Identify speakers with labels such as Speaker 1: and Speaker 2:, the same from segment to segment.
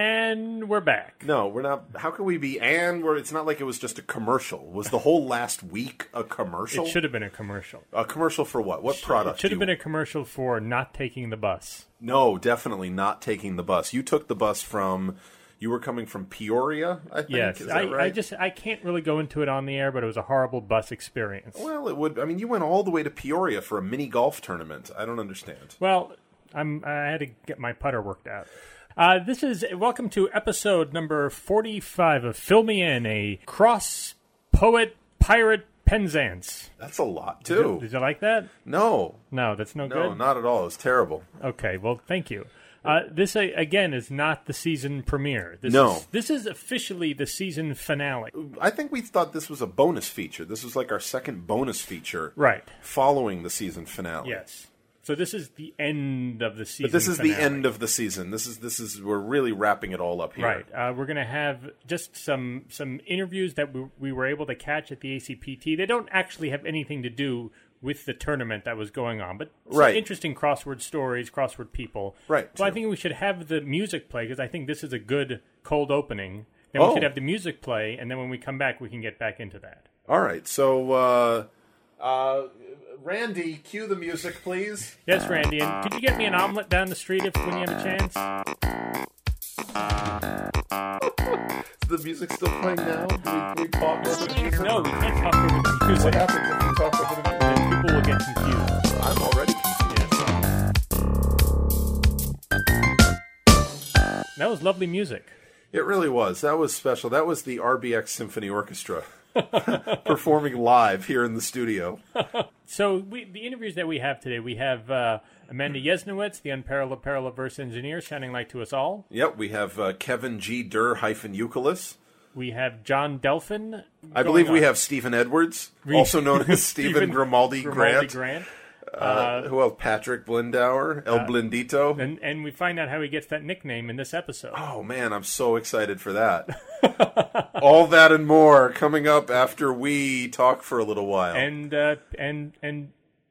Speaker 1: And we're back.
Speaker 2: No, we're not. How can we be? And we're, it's not like it was just a commercial. Was the whole last week a commercial?
Speaker 1: It should have been a commercial.
Speaker 2: a commercial for what? What
Speaker 1: It
Speaker 2: product?
Speaker 1: should have
Speaker 2: do
Speaker 1: been
Speaker 2: you-
Speaker 1: a commercial for not taking the bus.
Speaker 2: no, definitely not taking the bus. You took the bus from. You were coming from Peoria, I think.
Speaker 1: Yes,
Speaker 2: Is
Speaker 1: I,
Speaker 2: that right?
Speaker 1: I just I can't really go into it on the air, but it was a horrible bus experience.
Speaker 2: Well, it would. I mean, you went all the way to Peoria for a mini golf tournament. I don't understand.
Speaker 1: Well, I'm I had to get my putter worked out. Uh, this is welcome to episode number forty-five of Fill Me In, a cross poet pirate Penzance.
Speaker 2: That's a lot
Speaker 1: Did
Speaker 2: too.
Speaker 1: you like that?
Speaker 2: No,
Speaker 1: No, that's no,
Speaker 2: no,
Speaker 1: good.
Speaker 2: not at all. It was terrible.
Speaker 1: Okay, well, thank you. Uh, this uh, again is not the season premiere. This
Speaker 2: No.
Speaker 1: is, this is officially the season finale.
Speaker 2: I think we thought this was a bonus feature. This was like our second bonus feature,
Speaker 1: Right.
Speaker 2: Following the season finale.
Speaker 1: Yes. So this is the end of the season.
Speaker 2: But this is the
Speaker 1: finale.
Speaker 2: end of the season. This is this is we're really wrapping it all up here.
Speaker 1: Right. Uh, we're going to have just some some interviews that we, we were able to catch at the ACPT. They don't actually have anything to do with the tournament that was going on, but some
Speaker 2: Right.
Speaker 1: interesting crossword stories, crossword people.
Speaker 2: Right,
Speaker 1: So I
Speaker 2: true.
Speaker 1: think we should have the music play because I think this is a good cold opening. Then
Speaker 2: Oh.
Speaker 1: we should have the music play, and then when we come back, we can get back into that.
Speaker 2: All right. So, uh, uh, Randy, cue the music, please.
Speaker 1: Yes, Randy, and could you get me an omelet down the street if when you have a chance?
Speaker 2: Is the music still playing now? Do we, do we talk over the music?
Speaker 1: No, we can't talk over the music.
Speaker 2: What happens if we talk over the music?
Speaker 1: Then people will get confused.
Speaker 2: I'm already confused.
Speaker 1: That was lovely music.
Speaker 2: It really was. That was special. That was the RBX Symphony Orchestra performing live here in the studio.
Speaker 1: So we, the interviews that we have today, we have uh, Amanda Yesnowitz, the unparalleled parallel verse engineer, sounding like to us all.
Speaker 2: Yep, we have uh, Kevin G. Durr hyphen Euculus.
Speaker 1: We have John Delphin.
Speaker 2: I believe we have Stephen Edwards, also known as Stephen Grimaldi, Grant.
Speaker 1: Grant. uh,
Speaker 2: Uh, who else? Patrick Blindauer, El Blindito.
Speaker 1: And, and we find out how he gets that nickname in this episode.
Speaker 2: Oh man, I'm so excited for that. All that and more coming up after we talk for a little while.
Speaker 1: And, uh, and, and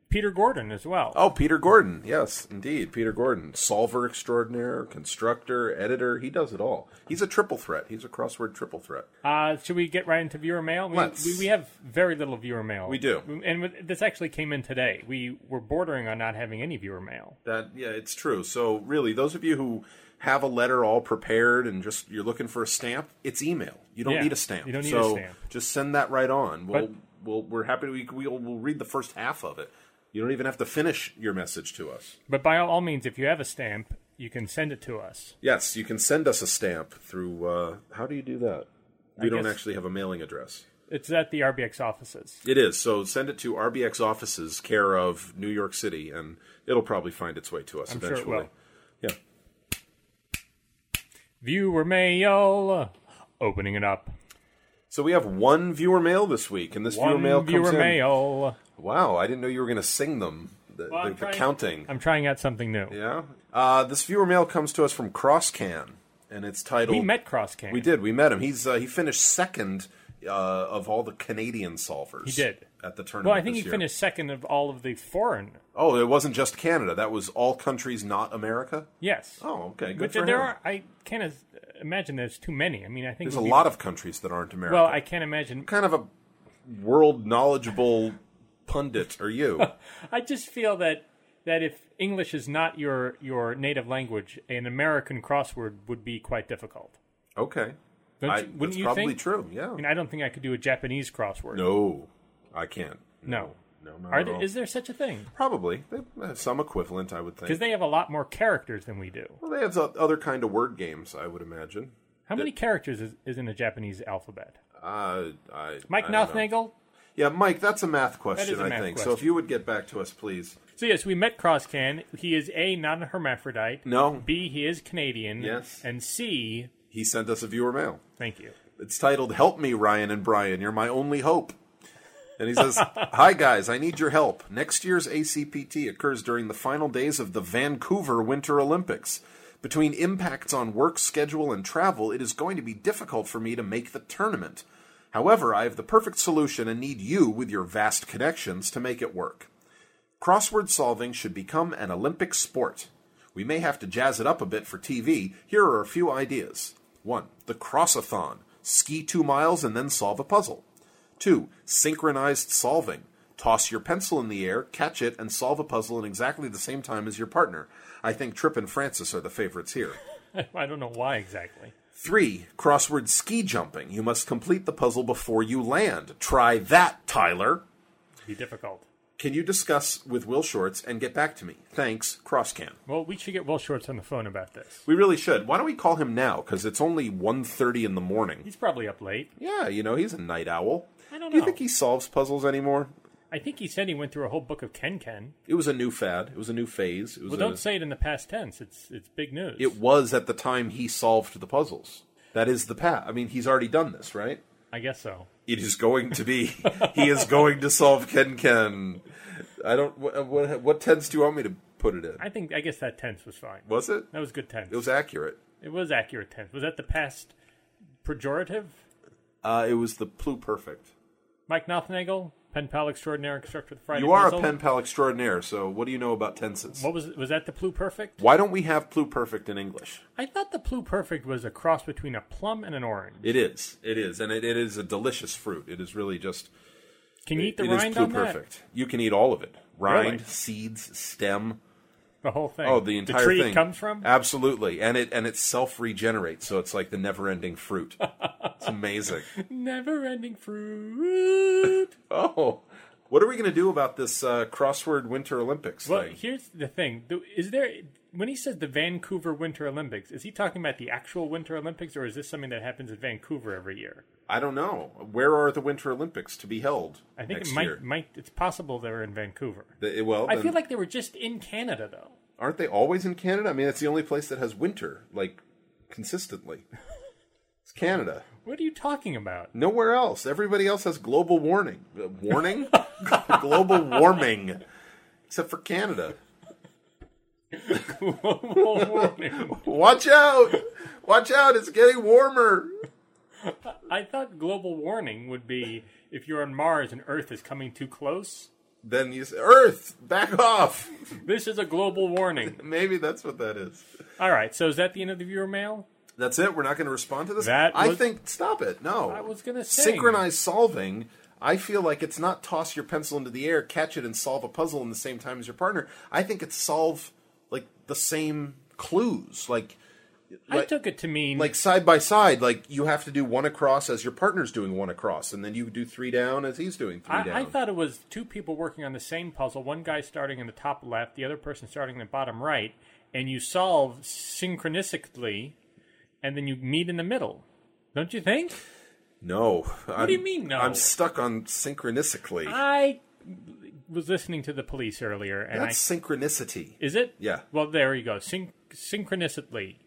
Speaker 1: Peter Gordon as well.
Speaker 2: oh, Peter Gordon. Yes, indeed. Peter Gordon, solver extraordinaire, constructor, editor. He does it all. He's a triple threat. He's a crossword triple threat.
Speaker 1: Uh, should we get right into viewer mail? We,
Speaker 2: Let's.
Speaker 1: We, we have very little viewer mail.
Speaker 2: We do.
Speaker 1: And with- this actually came in today. We were bordering on not having any viewer mail.
Speaker 2: That yeah, it's true. So really, those of you who have a letter all prepared and just you're looking for a stamp, it's email. You don't
Speaker 1: Yeah,
Speaker 2: need a stamp.
Speaker 1: you don't need a
Speaker 2: so
Speaker 1: stamp.
Speaker 2: Just send that right on. We'll,
Speaker 1: But-
Speaker 2: we'll we're happy to, we, we'll we'll read the first half of it. You don't even have to finish your message to us.
Speaker 1: But by all, all means, if you have a stamp, you can send it to us.
Speaker 2: Yes, you can send us a stamp through. Uh, how do you do that? We don't
Speaker 1: guess-
Speaker 2: actually have a mailing address.
Speaker 1: It's at the RBX offices.
Speaker 2: It is so. Send it to RBX offices, care of New York City, and it'll probably find its way to us
Speaker 1: I'm sure it
Speaker 2: eventually.
Speaker 1: will.
Speaker 2: Yeah.
Speaker 1: Viewer mail. uh, Opening it up.
Speaker 2: So we have one viewer mail this week, and this viewer
Speaker 1: One
Speaker 2: mail comes
Speaker 1: viewer
Speaker 2: in.
Speaker 1: mail.
Speaker 2: Wow, I didn't know you were going to sing them. The,
Speaker 1: Well,
Speaker 2: the,
Speaker 1: I'm
Speaker 2: the
Speaker 1: trying-
Speaker 2: counting.
Speaker 1: I'm trying out something new.
Speaker 2: Yeah. Uh, this viewer mail comes to us from CrossCan, and it's titled.
Speaker 1: We met CrossCan.
Speaker 2: We did. We met him. He's uh, he finished second uh, of all the Canadian solvers.
Speaker 1: He did.
Speaker 2: at the tournament.
Speaker 1: Well, I think
Speaker 2: this
Speaker 1: he
Speaker 2: year.
Speaker 1: finished second of all of the foreign.
Speaker 2: Oh, it wasn't just Canada. That was all countries, not America.
Speaker 1: Yes.
Speaker 2: Oh, okay. Good
Speaker 1: But
Speaker 2: for
Speaker 1: there
Speaker 2: him.
Speaker 1: are. I can't as- imagine there's too many. I mean, I think
Speaker 2: There's
Speaker 1: it
Speaker 2: a
Speaker 1: would be-
Speaker 2: lot of countries that aren't America.
Speaker 1: Well, I can't imagine.
Speaker 2: kind of a world knowledgeable pundit are you?
Speaker 1: I just feel that that if English is not your your native language, an American crossword would be quite difficult.
Speaker 2: Okay.
Speaker 1: Don't
Speaker 2: I,
Speaker 1: you-
Speaker 2: that's
Speaker 1: wouldn't you
Speaker 2: probably
Speaker 1: think?
Speaker 2: true. Yeah.
Speaker 1: I mean, I don't think I could do a Japanese crossword.
Speaker 2: No, I can't.
Speaker 1: No.
Speaker 2: No, not
Speaker 1: Are
Speaker 2: at
Speaker 1: there,
Speaker 2: all.
Speaker 1: is there such a thing?
Speaker 2: Probably they have some equivalent, I would think.
Speaker 1: Because they have a lot more characters than we do.
Speaker 2: well, they have o- other kind of word games, I would imagine.
Speaker 1: How many characters is, is in a Japanese alphabet?
Speaker 2: Uh, I,
Speaker 1: Mike
Speaker 2: I don't know.
Speaker 1: Nothnagel?
Speaker 2: Yeah, Mike, that's a math question,
Speaker 1: a
Speaker 2: I
Speaker 1: math
Speaker 2: think. So
Speaker 1: question.
Speaker 2: if you would get back to us, please.
Speaker 1: So, yes, we met Crosscan. He is A, not a hermaphrodite.
Speaker 2: No,
Speaker 1: B, he is Canadian.
Speaker 2: Yes.
Speaker 1: And C,
Speaker 2: he sent us a viewer mail.
Speaker 1: thank you.
Speaker 2: It's titled "Help Me, Ryan and Brian. You're my only hope." And he says, "Hi guys, I need your help. Next year's ACPT occurs during the final days of the Vancouver Winter Olympics. Between impacts on work schedule and travel, it is going to be difficult for me to make the tournament. However, I have the perfect solution and need you with your vast connections to make it work. Crossword solving should become an Olympic sport. We may have to jazz it up a bit for TV. Here are a few ideas. 1. The crossathon. Ski two miles and then solve a puzzle. 2. Synchronized solving. Toss your pencil in the air, catch it, and solve a puzzle in exactly the same time as your partner. I think Tripp and Francis are the favorites here.
Speaker 1: I don't know why exactly.
Speaker 2: 3. Crossword ski jumping. You must complete the puzzle before you land. Try that, Tyler.
Speaker 1: It'd be difficult.
Speaker 2: Can you discuss with Will Shorts and get back to me? Thanks, Crosscan.
Speaker 1: Well, we should get Will Shorts on the phone about this.
Speaker 2: We really should. Why don't we call him now? Because it's only 1.30 in the morning.
Speaker 1: He's probably up late.
Speaker 2: Yeah, you know, he's a night owl.
Speaker 1: I don't
Speaker 2: Do you
Speaker 1: know.
Speaker 2: think he solves puzzles anymore?
Speaker 1: I think he said he went through a whole book of Ken Ken.
Speaker 2: It was a new fad. It was a new phase. It was
Speaker 1: Well,
Speaker 2: a-
Speaker 1: don't say it in the past tense. It's it's big news.
Speaker 2: it was at the time he solved the puzzles. That is the path. I mean, he's already done this, right?
Speaker 1: I guess so.
Speaker 2: It is going to be. he is going to solve Ken Ken. I don't. What, what, what tense do you want me to put it in?
Speaker 1: I think I guess that tense was fine.
Speaker 2: Was it?
Speaker 1: That was good tense.
Speaker 2: It was accurate.
Speaker 1: accurate tense. Was that the past pejorative?
Speaker 2: Uh, it was the pluperfect.
Speaker 1: Mike Nothnagel, pen pal extraordinaire, constructor of the Friday.
Speaker 2: You are a
Speaker 1: Puzzle.
Speaker 2: pen pal extraordinaire, so what do you know about tenses?
Speaker 1: What was was that the pluperfect?
Speaker 2: Why don't we have pluperfect in English?
Speaker 1: I thought the pluperfect was a cross between a plum and an orange.
Speaker 2: It is. It is. And it, it is a delicious fruit. It is really just.
Speaker 1: Can you eat the
Speaker 2: it is
Speaker 1: rind on that?
Speaker 2: pluperfect. You can eat all of it rind,
Speaker 1: Really?
Speaker 2: seeds, stem.
Speaker 1: The whole thing.
Speaker 2: Oh, the entire
Speaker 1: tree
Speaker 2: thing
Speaker 1: it comes from.
Speaker 2: Absolutely, and it and it self regenerates, so it's like the never ending fruit. it's amazing.
Speaker 1: Never-ending fruit.
Speaker 2: Oh, what are we going to do about this uh, crossword Winter Olympics
Speaker 1: well,
Speaker 2: thing?
Speaker 1: here's the thing: Do- is there when he says the Vancouver Winter Olympics? Is he talking about the actual Winter Olympics, or is this something that happens in Vancouver every year?
Speaker 2: I don't know. Where are the Winter Olympics to be held?
Speaker 1: I think
Speaker 2: next
Speaker 1: it might
Speaker 2: Year?
Speaker 1: might it's possible they're in Vancouver.
Speaker 2: The- well,
Speaker 1: I
Speaker 2: then,
Speaker 1: feel like they were just in Canada though.
Speaker 2: aren't they always in Canada? I mean, it's the only place that has winter like consistently. it's Canada.
Speaker 1: What are you talking about?
Speaker 2: Nowhere else. Everybody else has global warning. Uh, warning? global warming. Except for Canada.
Speaker 1: Global warming.
Speaker 2: Watch out! Watch out! It's getting warmer.
Speaker 1: I thought global warning would be if you're on Mars and Earth is coming too close.
Speaker 2: Then you say, Earth, back off.
Speaker 1: This is a global warning.
Speaker 2: Maybe that's what that is.
Speaker 1: All right, so is that the end of the viewer mail?
Speaker 2: That's it. We're not going to respond to this.
Speaker 1: That
Speaker 2: I
Speaker 1: was-
Speaker 2: think. Stop it. No.
Speaker 1: I was gonna sing.
Speaker 2: Oh, synchronize solving. I feel like it's not toss your pencil into the air, catch it, and solve a puzzle in the same time as your partner. I think it's solve like the same clues, like
Speaker 1: I took it to mean
Speaker 2: like side by side. Like you have to do one across as your partner's doing one across, and then you do three down as he's doing three down.
Speaker 1: I, I thought it was two people working on the same puzzle, one guy starting in the top left, the other person starting in the bottom right, and you solve synchronistically, and then you meet in the middle. Don't you think?
Speaker 2: No. What
Speaker 1: do you mean, no?
Speaker 2: I'm stuck on synchronistically.
Speaker 1: I was listening to the police earlier, and I,
Speaker 2: That's synchronicity.
Speaker 1: is it?
Speaker 2: Yeah.
Speaker 1: Well, there you go. Syn- synchronicity.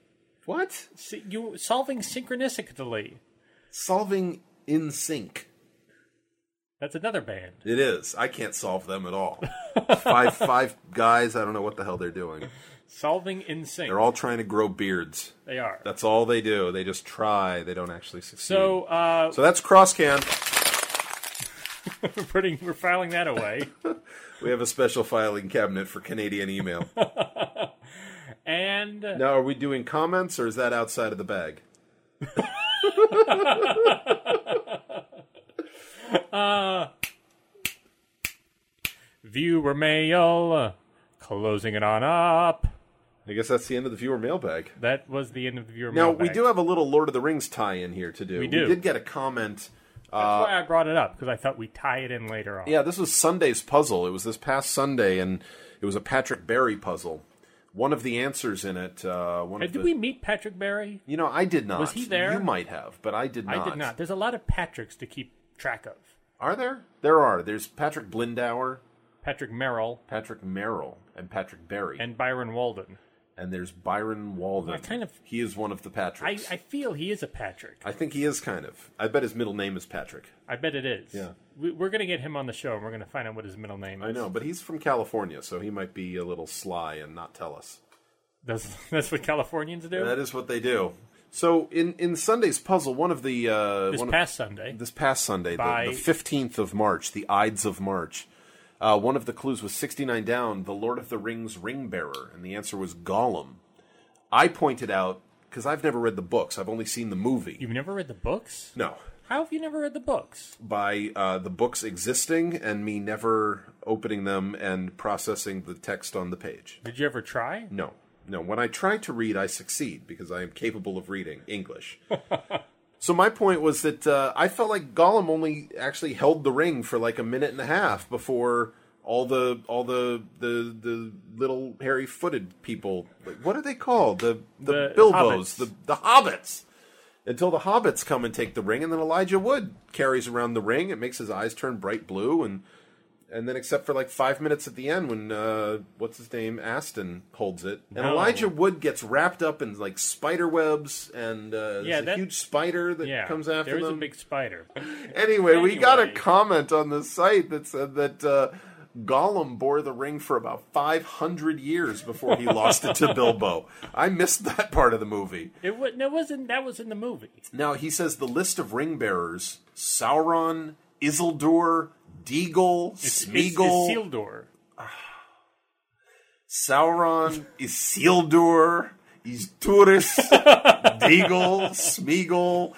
Speaker 2: What?
Speaker 1: See, you solving synchronistically.
Speaker 2: Solving in sync.
Speaker 1: That's another band.
Speaker 2: It is. I can't solve them at all. five five guys, I don't know what the hell they're doing.
Speaker 1: Solving in sync.
Speaker 2: They're all trying to grow beards.
Speaker 1: They are.
Speaker 2: That's all they do. They just try. They don't actually succeed.
Speaker 1: so uh,
Speaker 2: so that's Crosscan.
Speaker 1: we're putting we're filing that away.
Speaker 2: We have a special filing cabinet for Canadian email.
Speaker 1: and
Speaker 2: now, are we doing comments or is that outside of the bag?
Speaker 1: uh, Viewer mail, uh, closing it on up.
Speaker 2: I guess that's the end of the viewer mailbag.
Speaker 1: That was the end of the viewer
Speaker 2: Now
Speaker 1: mail.
Speaker 2: we do have a little Lord of the Rings tie-in here to do. We,
Speaker 1: do.
Speaker 2: did get a comment. uh,
Speaker 1: That's why I brought it up because I thought we'd tie it in later on.
Speaker 2: Yeah, this was Sunday's puzzle. It was this past Sunday, and it was a Patrick Barry puzzel. One of the answers in it. Uh, one
Speaker 1: Uh,
Speaker 2: of the,
Speaker 1: Did we meet Patrick Barry?
Speaker 2: You know, I did not.
Speaker 1: Was he there?
Speaker 2: You might have, but I did not.
Speaker 1: I did not. There's a lot of Patricks to keep track of.
Speaker 2: Are there? There are. There's Patrick Blindauer,
Speaker 1: Patrick Merrill
Speaker 2: Patrick Merrill, and Patrick Barry, and,
Speaker 1: and Byron Walden.
Speaker 2: there's Byron Walden.
Speaker 1: I kind of-
Speaker 2: He is one of the
Speaker 1: I,
Speaker 2: Patricks.
Speaker 1: I feel he is a Patrick.
Speaker 2: I think he is kind of. I bet his middle name is Patrick.
Speaker 1: I bet it is.
Speaker 2: Yeah.
Speaker 1: We, we're going to get him on the show and we're going to find out what his middle name is.
Speaker 2: I know, but he's from California, so he might be a little sly and not tell us.
Speaker 1: That's, that's what Californians do.
Speaker 2: That is what they do. So in in Sunday's puzzle, one of the uh,
Speaker 1: this
Speaker 2: one of-
Speaker 1: past Sunday.
Speaker 2: this past Sunday,
Speaker 1: By-
Speaker 2: the fifteenth of March, the Ides of March, Uh, one of the clues was 69 down, the Lord of the Rings ring bearer, and the answer was Gollum. I pointed out, because I've never read the books, I've only seen the movie.
Speaker 1: You've never read the books?
Speaker 2: No,
Speaker 1: How have you never read the books?
Speaker 2: by uh, the books existing and me never opening them and processing the text on the page.
Speaker 1: Did you ever try?
Speaker 2: No, no. When I try to read, I succeed because I am capable of reading English. so my point was that uh, I felt like Gollum only actually held the ring for like a minute and a half before all the all the the the little hairy footed people. Like, what are they called? The the,
Speaker 1: The
Speaker 2: Bilbos,
Speaker 1: hobbits.
Speaker 2: the the hobbits. Until the hobbits come and take the ring, and then Elijah Wood carries around the ring. It makes his eyes turn bright blue, and and then except for like five minutes at the end when uh, what's his name Aston holds it, and
Speaker 1: No.
Speaker 2: Elijah Wood gets wrapped up in like spider webs and uh,
Speaker 1: Yeah,
Speaker 2: there's a
Speaker 1: that-
Speaker 2: huge spider that
Speaker 1: Yeah,
Speaker 2: comes after
Speaker 1: there's
Speaker 2: them.
Speaker 1: a big spider.
Speaker 2: anyway, we got a
Speaker 1: Anyway.
Speaker 2: comment on the site that said that uh, Gollum bore the ring for about five hundred years before he lost it to Bilbo. I missed that part of the movie.
Speaker 1: It, wa- no, it wasn't. That was in the movie.
Speaker 2: Now he says the list of ring bearers: Sauron, Isildur, Deagle,
Speaker 1: It's,
Speaker 2: Smeagol.
Speaker 1: it's, it's Isildur.
Speaker 2: Sauron, Isildur, Isturis, Deagle, Smeagol,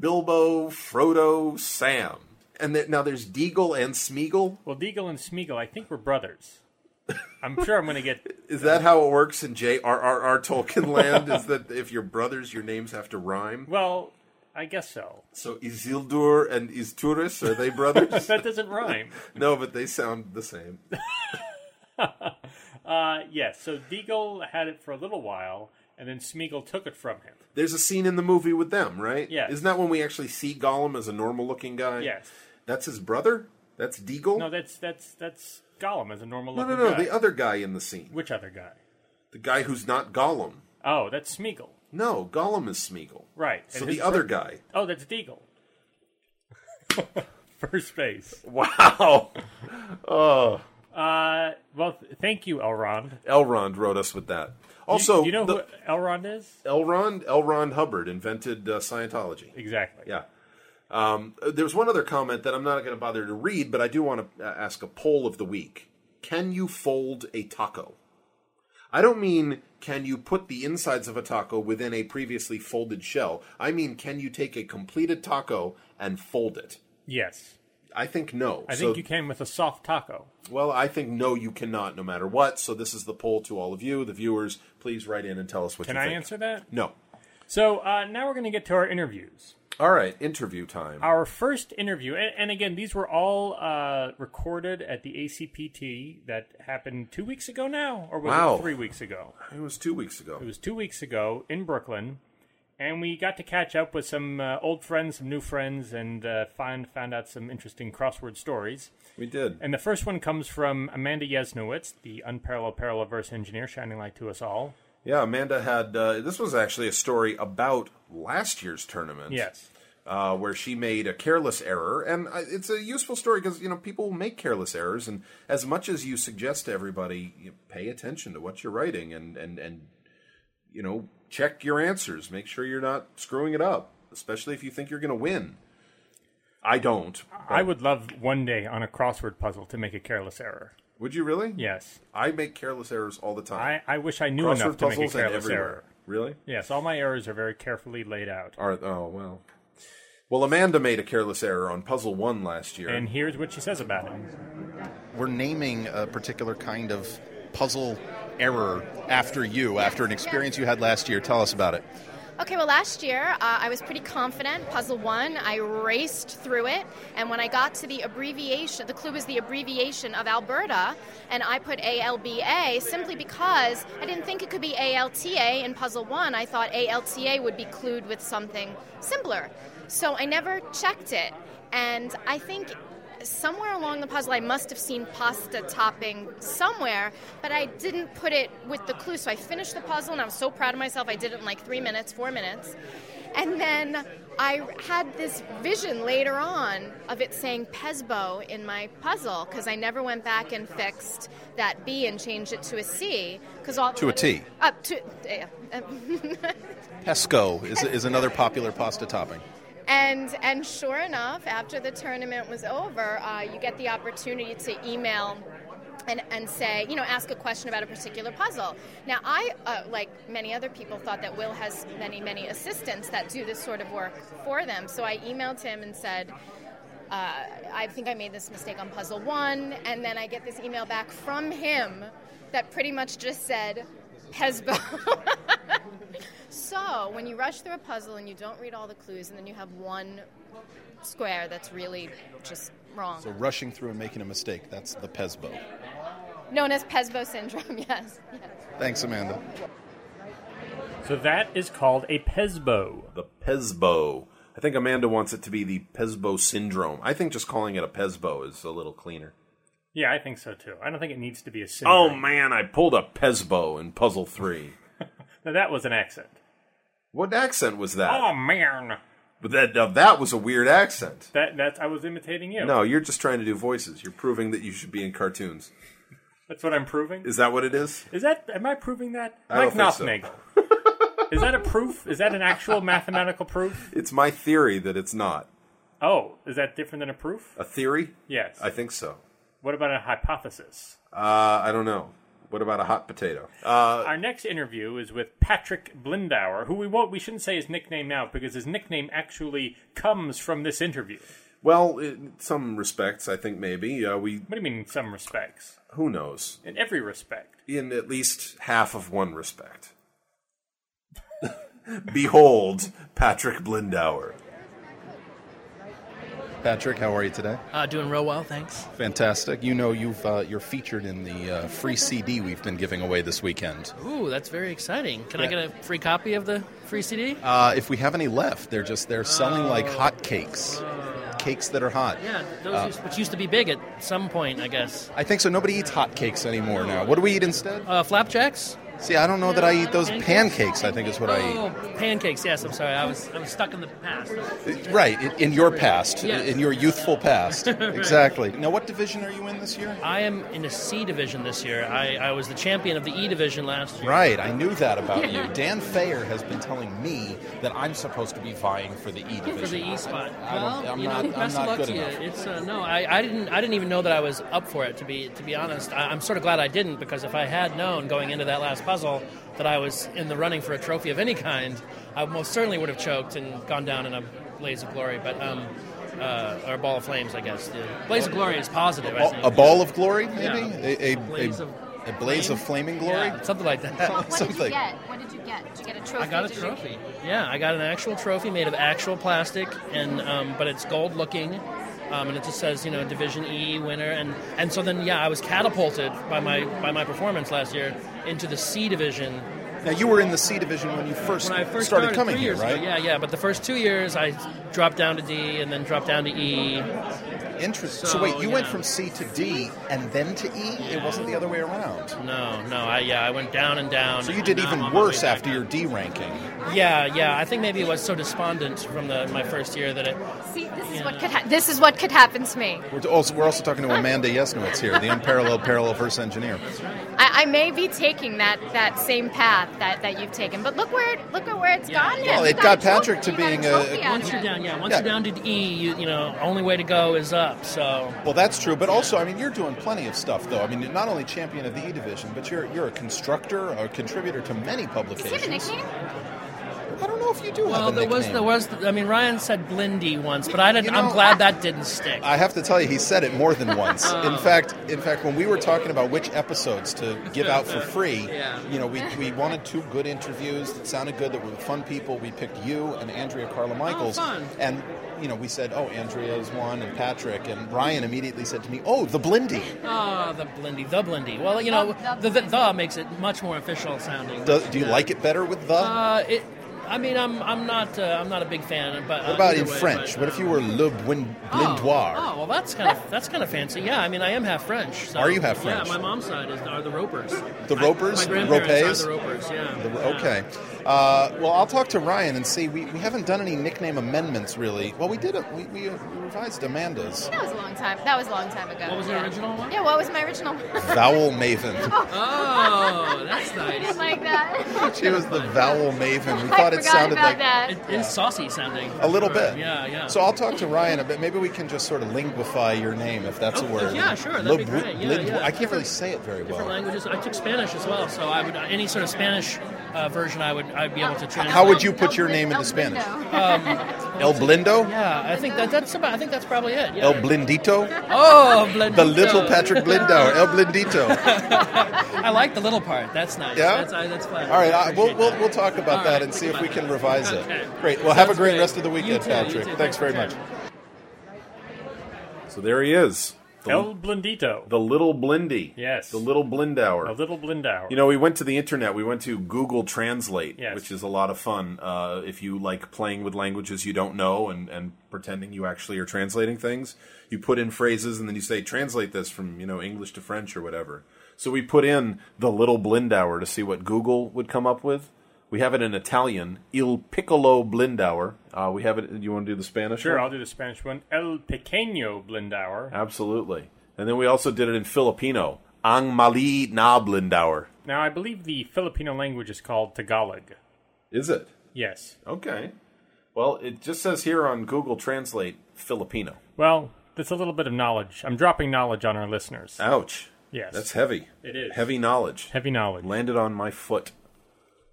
Speaker 2: Bilbo, Frodo, Sam. And that now there's Deagle and Smeagol.
Speaker 1: Well, Deagle and Smeagol, I think, were brothers. I'm sure I'm going to get.
Speaker 2: Is that how it works in J.R.R.R. Tolkien land? Is that if you're brothers, your names have to rhyme?
Speaker 1: Well, I guess so.
Speaker 2: So Isildur and Isturis, are they brothers?
Speaker 1: That doesn't rhyme.
Speaker 2: no, but they sound the same.
Speaker 1: Uh, yes, so Deagle had it for a little while, and then Smeagol took it from him.
Speaker 2: There's a scene in the movie with them, right?
Speaker 1: Yes.
Speaker 2: Isn't that when we actually see Gollum as a normal looking guy?
Speaker 1: Yes.
Speaker 2: That's his brother? That's Deagle?
Speaker 1: No, that's that's that's Gollum as a normal
Speaker 2: No,
Speaker 1: looking
Speaker 2: no, no.
Speaker 1: guy.
Speaker 2: The other guy in the scene.
Speaker 1: Which other guy?
Speaker 2: The guy who's not Gollum.
Speaker 1: Oh, that's Smeagol.
Speaker 2: No, Gollum is Smeagol.
Speaker 1: Right. and
Speaker 2: So
Speaker 1: his
Speaker 2: the other guy.
Speaker 1: fir- Oh, that's Deagle. First base.
Speaker 2: Wow. Oh.
Speaker 1: Uh, well, th- thank you, Elrond.
Speaker 2: Elrond wrote us with that. Also,
Speaker 1: Do you know
Speaker 2: the,
Speaker 1: who Elrond is?
Speaker 2: Elrond, Elrond Hubbard invented uh, Scientology.
Speaker 1: Exactly.
Speaker 2: Yeah. Um, uh, there's one other comment that I'm not going to bother to read, but I do want to uh, ask a poll of the week. Can you fold a taco? I don't mean can you put the insides of a taco within a previously folded shell. I mean can you take a completed taco and fold it?
Speaker 1: Yes.
Speaker 2: I think no.
Speaker 1: I think you can with a soft taco.
Speaker 2: Well, I think no, you cannot, no matter what. So this is the poll to all of you, the viewers. Please write in and tell us what
Speaker 1: Can
Speaker 2: you
Speaker 1: I
Speaker 2: think.
Speaker 1: answer that?
Speaker 2: No.
Speaker 1: So uh, now we're going to get to our interviews.
Speaker 2: All right, interview time.
Speaker 1: Our first interview, and, and again, these were all uh, recorded at the ACPT that happened two weeks ago now, or was
Speaker 2: Wow.
Speaker 1: it three weeks ago?
Speaker 2: It was two weeks ago.
Speaker 1: It was two weeks ago in Brooklyn, and we got to catch up with some uh, old friends, some new friends, and uh, find found out some interesting crossword stories.
Speaker 2: We did.
Speaker 1: And the first one comes from Amanda Yesnowitz, the unparalleled parallelverse engineer, shining light to us all.
Speaker 2: Yeah, Amanda had. Uh, this was actually a story about last year's tournament.
Speaker 1: Yes.
Speaker 2: Uh, where she made a careless error, and I, it's a useful story because you know people make careless errors, and as much as you suggest to everybody, you pay attention to what you're writing, and and and you know check your answers, make sure you're not screwing it up, especially if you think you're going to win. I don't.
Speaker 1: I would love one day on a crossword puzzle to make a careless error.
Speaker 2: Would you really?
Speaker 1: Yes.
Speaker 2: I make careless errors all the time.
Speaker 1: I, I wish I knew
Speaker 2: Crossword
Speaker 1: enough to make a
Speaker 2: puzzles and
Speaker 1: careless
Speaker 2: everywhere.
Speaker 1: error.
Speaker 2: Really?
Speaker 1: Yes, all my errors are very carefully laid out.
Speaker 2: Are oh well. Well, Amanda made a careless error on puzzle one last year.
Speaker 1: And here's what she says about it.
Speaker 3: we're naming a particular kind of puzzle error after you, after an experience you had last year. Tell us about it.
Speaker 4: Okay, well, last year uh, I was pretty confident. Puzzle one, I raced through it, and when I got to the abbreviation, the clue was the abbreviation of Alberta, and I put ALBA simply because I didn't think it could be ALTA in puzzle one. I thought ALTA would be clued with something simpler. So I never checked it, and I think somewhere along the puzzle i must have seen pasta topping somewhere but i didn't put it with the clue so i finished the puzzle and i was so proud of myself i did it in like three minutes four minutes and then i had this vision later on of it saying pesbo in my puzzle because i never went back and fixed that b and changed it to a c because all
Speaker 3: To a T.
Speaker 4: up to yeah, uh,
Speaker 3: Pesco is, is another popular pasta topping.
Speaker 4: And and sure enough, after the tournament was over, uh, you get the opportunity to email. And, and say you know ask a question about a particular puzzle now i uh, like many other people thought that will has many many assistants that do this sort of work for them so i emailed him and said uh, I think I made this mistake on puzzle one, and then I get this email back from him that pretty much just said, Pesbo. so when you rush through a puzzle and you don't read all the clues, and then you have one square that's really just wrong,
Speaker 2: So rushing through and making a mistake, that's the Pesbo.
Speaker 4: known as Pesbo syndrome. yes, yes.
Speaker 2: Thanks, Amanda.
Speaker 1: So that is called a pesbo.
Speaker 5: The Pesbo. I think Amanda wants it to be the Pesbo syndrome. I think just calling it a Pesbo is a little cleaner.
Speaker 1: Yeah, I think so too. I don't think it needs to be a syndrome.
Speaker 5: Oh man, I pulled a Pesbo in puzzle three.
Speaker 1: Now, that was an accent.
Speaker 5: What accent was that?
Speaker 1: Oh man,
Speaker 5: But that now that was a weird accent.
Speaker 1: that that's I was imitating you.
Speaker 5: No, you're just trying to do voices. You're proving that you should be in cartoons.
Speaker 1: That's what I'm proving. Is,
Speaker 5: Is that what it is?
Speaker 1: that am I proving that?
Speaker 5: I don't
Speaker 1: Mike
Speaker 5: think
Speaker 1: Knopfnagel. is that a proof? Is that an actual mathematical proof?
Speaker 5: It's my theory that it's not
Speaker 1: Oh, is that different than a proof?
Speaker 5: a theory.
Speaker 1: Yes.
Speaker 5: I think so.
Speaker 1: what about a hypothesis?
Speaker 5: Uh, I don't know. What about a hot potato? Uh,
Speaker 1: Our next interview is with Patrick Blindauer, who we won't we shouldn't say his nickname now because his nickname actually comes from this interview.
Speaker 5: well, in some respects, I think maybe uh, we.
Speaker 1: What do you mean in some respects?
Speaker 5: Who knows?
Speaker 1: In every respect.
Speaker 5: In at least half of one respect. Behold, Patrick Blindauer.
Speaker 2: Patrick, how are you today?
Speaker 6: Uh, doing real well, thanks.
Speaker 2: Fantastic. You know you've uh, you're featured in the uh, free CD we've been giving away this weekend.
Speaker 6: Ooh, that's very exciting. Can I
Speaker 2: Yeah.
Speaker 6: get a free copy of the free CD?
Speaker 2: Uh, if we have any left, they're just they're selling like hot cakes, cakes that are hot.
Speaker 6: Oh.
Speaker 2: Uh,
Speaker 6: yeah, those used, which used to be big at some point, I guess.
Speaker 2: I think so. Nobody eats hot cakes anymore now. What do we eat instead?
Speaker 6: Uh, flapjacks?
Speaker 2: See, I don't know that I eat those
Speaker 6: Pancakes?
Speaker 2: pancakes. I think is what I
Speaker 6: oh, pancakes. Yes, I'm sorry. I was I was stuck in the past.
Speaker 2: eat. Right in, in your past,
Speaker 6: Yes.
Speaker 2: in your youthful past, exactly. Now, what division are you in this year?
Speaker 6: I am in a C division this year. I, I was the champion of the E division last year.
Speaker 2: Right, I knew that about you. Dan Thayer has been telling me that I'm supposed to be vying for the E division.
Speaker 6: For the E spot.
Speaker 2: I don't-
Speaker 6: well,
Speaker 2: I'm
Speaker 6: you know,
Speaker 2: not- I'm
Speaker 6: best
Speaker 2: not
Speaker 6: of luck
Speaker 2: good
Speaker 6: to you.
Speaker 2: enough.
Speaker 6: It's uh, no, I, I didn't. I didn't even know that I was up for it. To be to be honest, I, I'm sort of glad I didn't because if I had known going into that last puzzle that I was in the running for a trophy of any kind, I most certainly would have choked and gone down in a blaze of glory. But um, uh, or a ball of flames, I guess. The blaze of glory is positive. I
Speaker 2: Oh,
Speaker 6: think.
Speaker 2: a ball of glory, maybe
Speaker 6: Yeah.
Speaker 2: a, a,
Speaker 6: Blaze
Speaker 2: a-
Speaker 6: of
Speaker 2: a blaze of flaming glory.
Speaker 6: Yeah, something like that.
Speaker 4: What did
Speaker 2: Something.
Speaker 4: you get? What did you get? Did you get a trophy?
Speaker 6: I got a
Speaker 4: Did you-
Speaker 6: trophy. Yeah, I got an actual trophy made of actual plastic, and um, but it's gold looking, um, and it just says you know Division E winner, and and so then yeah, I was catapulted by my by my performance last year into the C division.
Speaker 2: Now you were in the C division when you first,
Speaker 6: When I first
Speaker 2: started,
Speaker 6: started
Speaker 2: coming
Speaker 6: three
Speaker 2: here,
Speaker 6: years ago.
Speaker 2: right?
Speaker 6: Yeah, yeah. But the first two years I dropped down to D, and then dropped down to E.
Speaker 2: Interesting. So,
Speaker 6: So,
Speaker 2: wait, you went
Speaker 6: yeah.
Speaker 2: from C to D and then to E. It wasn't the other way around.
Speaker 6: No, no. I yeah, I went down and down.
Speaker 2: So you did
Speaker 6: and now I'm
Speaker 2: even
Speaker 6: on my way
Speaker 2: worse
Speaker 6: back
Speaker 2: after
Speaker 6: up.
Speaker 2: your D ranking.
Speaker 6: Yeah, yeah. I think maybe it was so despondent from the my first year that it.
Speaker 4: See, this is what could ha- this is what could happen to me.
Speaker 2: We're also, we're also talking to Amanda Yesnowitz here, the unparalleled parallel verse engineer.
Speaker 4: I, I may be taking that, that same path that, that you've taken, but look where it, look at where it's gotten.
Speaker 6: Well,
Speaker 4: us.
Speaker 2: it
Speaker 4: We
Speaker 2: got
Speaker 4: a trophy.
Speaker 2: Patrick to
Speaker 4: We got
Speaker 2: being a-
Speaker 4: trophy out
Speaker 6: Once
Speaker 4: of
Speaker 6: you're
Speaker 4: it.
Speaker 6: down, yeah. Once
Speaker 2: Yeah.
Speaker 6: you're down to E, you, you know, only way to go is up. So
Speaker 2: Well, that's true, but also, I mean, you're doing plenty of stuff, though. I mean, you're not only champion of the E division, but you're you're a constructor, a contributor to
Speaker 4: Does he
Speaker 2: many
Speaker 4: have a
Speaker 2: publications.
Speaker 4: nickname?
Speaker 2: I don't know if you do
Speaker 6: Well,
Speaker 2: have a
Speaker 6: there was
Speaker 2: nickname.
Speaker 6: there was. I mean, Ryan said Blindy once, but I didn't.
Speaker 2: You know-
Speaker 6: I'm glad that didn't stick.
Speaker 2: I have to tell you, he said it more than once. In fact, in fact, when we were talking about which episodes to give out for free,
Speaker 6: Yeah.
Speaker 2: you know, we, we wanted two good interviews that sounded good, that were fun people. We picked you and Andrea Carla Michaels,
Speaker 6: fun.
Speaker 2: and you know, we said, oh, Andrea is one, and Patrick, and Ryan immediately said to me, oh, the Blindy.
Speaker 6: Ah, the Blindy, the Blindy. Well, you know, the the, the makes it much more official sounding.
Speaker 2: Do, do you like it better with the?
Speaker 6: Uh, it. I mean, I'm I'm not uh, I'm not a big fan. But uh,
Speaker 2: what about
Speaker 6: either
Speaker 2: in
Speaker 6: way,
Speaker 2: French?
Speaker 6: but,
Speaker 2: what if you
Speaker 6: um,
Speaker 2: were Le Bwin- Blindoir?
Speaker 6: Oh, oh, well, that's kind of that's kind of fancy. Yeah, I mean, I am half French. So,
Speaker 2: Are you half French?
Speaker 6: Yeah, my mom's side is are the Ropers.
Speaker 2: The
Speaker 6: My-
Speaker 2: Ropers?
Speaker 6: My grandparents
Speaker 2: Ropes?
Speaker 6: are the Ropers. Yeah.
Speaker 2: The-
Speaker 6: Yeah.
Speaker 2: Okay.
Speaker 3: Uh, well, I'll talk to Ryan and see. We, we haven't done any nickname amendments, really. Well, we did. A, we, we revised Amanda's.
Speaker 4: That was a long time. That was a long time ago.
Speaker 6: What was the
Speaker 4: yeah.
Speaker 6: original one?
Speaker 4: Yeah, what was my original one?
Speaker 3: Vowel Maven.
Speaker 6: Oh, that's
Speaker 4: I didn't
Speaker 6: nice.
Speaker 4: like that.
Speaker 3: She was the Vowel Maven. We
Speaker 4: I
Speaker 3: thought
Speaker 4: forgot
Speaker 3: it sounded like
Speaker 4: about that.
Speaker 6: It is saucy sounding.
Speaker 3: a little bit.
Speaker 6: Yeah, yeah.
Speaker 3: So I'll talk to Ryan a bit. Maybe we can just sort of linguify your name if that's a
Speaker 6: Oh,
Speaker 3: word.
Speaker 6: yeah, sure, that'd be great. Yeah,
Speaker 3: lib-
Speaker 6: yeah.
Speaker 3: I can't really say it very
Speaker 6: Different
Speaker 3: well.
Speaker 6: languages. I took Spanish as well, so I would any sort of Spanish uh, version I would I'd be able to translate.
Speaker 3: How would you put
Speaker 4: El
Speaker 3: your
Speaker 4: Blin-
Speaker 3: name into
Speaker 4: El
Speaker 3: Spanish?
Speaker 4: Blindo.
Speaker 3: El Blindo?
Speaker 6: Yeah, Um, I think that that's about. I think that's probably it.
Speaker 7: Oh,
Speaker 6: Yeah.
Speaker 3: El Blindito?
Speaker 6: oh, Blendito.
Speaker 3: The little Patrick Blindo. El Blindito.
Speaker 6: I like the little part. That's nice.
Speaker 3: Yeah?
Speaker 6: That's, I, that's fun.
Speaker 3: All right, I,
Speaker 6: I
Speaker 3: we'll,
Speaker 6: appreciate
Speaker 3: we'll,
Speaker 6: that.
Speaker 3: we'll talk about
Speaker 6: All
Speaker 3: that
Speaker 6: right,
Speaker 3: and
Speaker 6: think
Speaker 3: see if we
Speaker 6: about
Speaker 3: can
Speaker 6: that.
Speaker 3: revise it.
Speaker 6: Okay.
Speaker 3: Great. Well, have a
Speaker 6: Sounds
Speaker 3: great
Speaker 6: great.
Speaker 3: rest of the
Speaker 6: You
Speaker 3: weekend,
Speaker 6: too, you
Speaker 3: Patrick.
Speaker 6: too.
Speaker 3: Thanks
Speaker 6: Thanks,
Speaker 3: very much.
Speaker 6: Ted.
Speaker 2: So there he is. The,
Speaker 1: El Blindito.
Speaker 2: the little Blindy.
Speaker 1: Yes.
Speaker 2: The little Blindauer.
Speaker 1: A little Blindauer.
Speaker 2: You know, we went to the internet. We went to Google Translate,
Speaker 1: Yes.
Speaker 2: which is a lot of fun. Uh, if you like playing with languages you don't know and, and pretending you actually are translating things, you put in phrases and then you say, translate this from, you know, English to French or whatever. So we put in the little Blindauer to see what Google would come up with. We have it in Italian, Il Piccolo Blindauer. Uh, we have it. You want to do the Spanish?
Speaker 1: sure,
Speaker 2: one?
Speaker 1: I'll do the Spanish one. El Pequeño Blindauer.
Speaker 2: Absolutely. And then we also did it in Filipino, Ang Mali Na Blindauer.
Speaker 1: Now, I believe the Filipino language is called Tagalog.
Speaker 2: Is it?
Speaker 1: Yes.
Speaker 2: Okay. Well, it just says here on Google Translate Filipino.
Speaker 1: Well, that's a little bit of knowledge. I'm dropping knowledge on our listeners.
Speaker 2: Ouch.
Speaker 1: Yes.
Speaker 2: That's heavy.
Speaker 1: It is.
Speaker 2: Heavy knowledge.
Speaker 1: Heavy knowledge.
Speaker 2: Landed on my foot.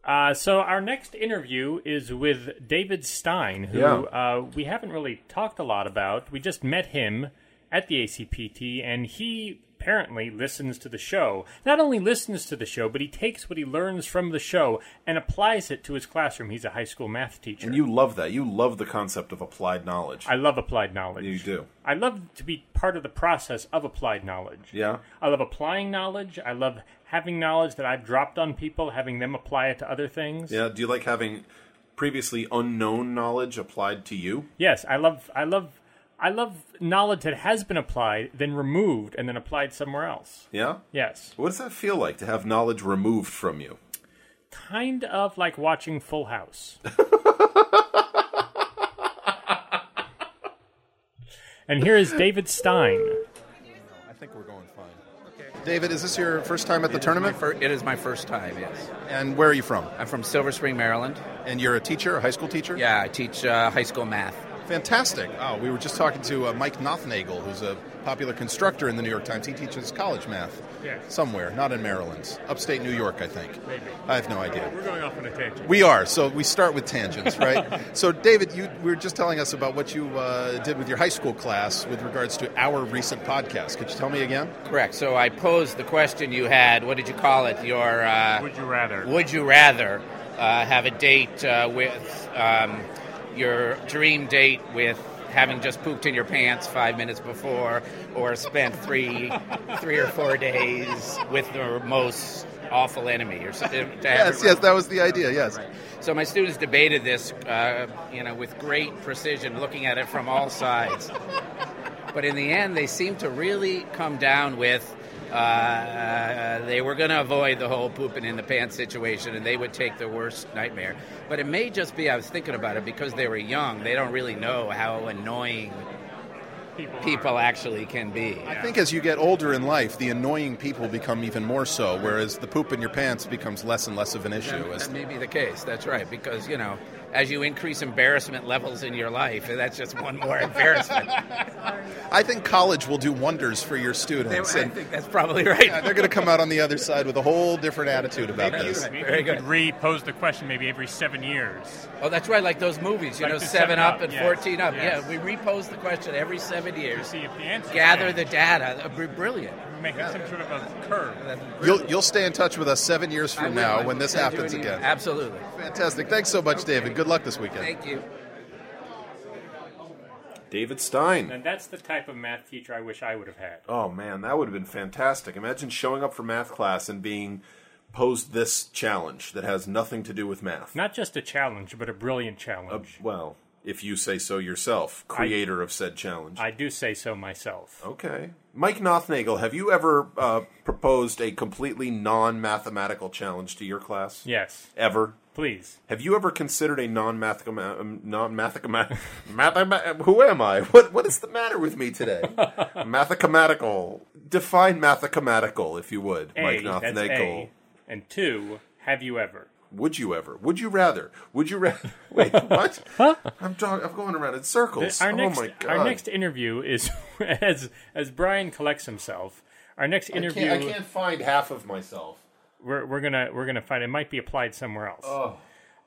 Speaker 1: Uh, so our next interview is with David Stein, who
Speaker 2: Yeah.
Speaker 1: uh, we haven't really talked a lot about. We just met him at the ACPT, and he apparently listens to the show. Not only listens to the show, but he takes what he learns from the show and applies it to his classroom. He's a high school math teacher.
Speaker 2: And you love that. You love the concept of applied knowledge.
Speaker 1: I love applied knowledge.
Speaker 2: You do.
Speaker 1: I love to be part of the process of applied knowledge.
Speaker 2: Yeah.
Speaker 1: I love applying knowledge. I love having knowledge that I've dropped on people, having them apply it to other things.
Speaker 2: Yeah. Do you like having previously unknown knowledge applied to you?
Speaker 1: Yes, I love I love I love knowledge that has been applied, then removed, and then applied somewhere else.
Speaker 2: Yeah.
Speaker 1: Yes.
Speaker 2: What does that feel like to have knowledge removed from you?
Speaker 1: Kind of like watching Full House. and here is David Stein.
Speaker 3: I think we're going fine. David, is this your first time at the tournament?
Speaker 8: It is my first time, yes.
Speaker 3: And where are you from?
Speaker 8: I'm from Silver Spring, Maryland.
Speaker 3: And you're a teacher, a high school teacher?
Speaker 8: Yeah, I teach uh, high school math.
Speaker 3: Fantastic. Oh, we were just talking to uh, Mike Nothnagel, who's a popular constructor in the New York Times. He teaches college math
Speaker 1: Yeah.
Speaker 3: somewhere, not in Maryland, upstate New York, I think.
Speaker 1: Maybe.
Speaker 3: I have no idea.
Speaker 1: We're going off on a tangent.
Speaker 3: We are, so we start with tangents, right? so, David, you were just telling us about what you uh, did with your high school class with regards to our recent podcast. Could you tell me again?
Speaker 8: Correct. So I posed the question you had. What did you call it? Your uh,
Speaker 1: Would you rather?
Speaker 8: Would you rather uh, have a date uh, with um, your dream date with having just pooped in your pants five minutes before, or spent three, three or four days with your most awful enemy, or something? to have
Speaker 3: Yes,
Speaker 8: it-
Speaker 3: yes, that was the idea, yes.
Speaker 8: So my students debated this, uh, you know, with great precision, looking at it from all sides. But in the end, they seemed to really come down with uh, they were going to avoid the whole pooping in the pants situation, and they would take the worst nightmare. But it may just be I was thinking about it because they were young; they don't really know how annoying people actually can be.
Speaker 3: I think as you get older in life, the annoying people become even more so, whereas the poop in your pants becomes less and less of an issue.
Speaker 8: That,
Speaker 3: as-
Speaker 8: that may be the case. That's right, because you know, as you increase embarrassment levels in your life, that's just one more embarrassment.
Speaker 3: I think college will do wonders for your students.
Speaker 8: I
Speaker 3: and
Speaker 8: think that's probably right.
Speaker 3: yeah, they're going to come out on the other side with a whole different attitude about
Speaker 8: Maybe
Speaker 3: this.
Speaker 8: you're right. Very good.
Speaker 1: repose the question maybe every seven years.
Speaker 8: Oh, that's right. Like those movies, you
Speaker 1: Like
Speaker 8: know,
Speaker 1: the
Speaker 8: Seven
Speaker 1: 7
Speaker 8: Up,
Speaker 1: Up,
Speaker 8: and
Speaker 1: yes,
Speaker 8: Fourteen Up.
Speaker 1: yes.
Speaker 8: Yeah, we repose the question every seven years.
Speaker 1: if the answer
Speaker 8: Gather the data. Uh, br- Brilliant.
Speaker 1: make some sort of a curve.
Speaker 8: That's
Speaker 3: You'll, you'll stay in touch with us seven years
Speaker 8: I
Speaker 3: from
Speaker 8: will- I
Speaker 3: now
Speaker 8: will
Speaker 3: when this
Speaker 8: send you
Speaker 3: happens
Speaker 8: an email.
Speaker 3: again.
Speaker 8: Absolutely.
Speaker 3: Fantastic. Thanks so much, David. Good luck this weekend.
Speaker 8: Thank you.
Speaker 2: David Stein.
Speaker 1: And that's the type of math teacher I wish I would have had.
Speaker 2: Oh man, that would have been fantastic. Imagine showing up for math class and being posed this challenge that has nothing to do with math.
Speaker 1: Not just a challenge, but a brilliant challenge.
Speaker 2: Well, if you say so yourself, creator of said challenge.
Speaker 1: I do say so myself.
Speaker 2: okay. Mike Nothnagel, have you ever uh, proposed a completely non mathematical challenge to your class?
Speaker 1: Yes.
Speaker 2: Ever?
Speaker 1: Please.
Speaker 2: Have you ever considered a non-mathema- um, non-mathema- mathema- who am I? What what is the matter with me today? mathematical. Define mathematical, if you would,
Speaker 1: A,
Speaker 2: Mike
Speaker 1: that's
Speaker 2: Nothnagel.
Speaker 1: A. And two, have you ever?
Speaker 2: Would you ever? Would you rather? Would you rather? Wait, what? I'm dog- I'm going around in circles.
Speaker 1: Our
Speaker 2: oh
Speaker 1: next,
Speaker 2: my god!
Speaker 1: our next interview is as as Brian collects himself. Our next
Speaker 2: I
Speaker 1: interview,
Speaker 2: can't, I can't find half of myself.
Speaker 1: we're, we're gonna we're gonna find it might be applied somewhere else.
Speaker 2: Oh.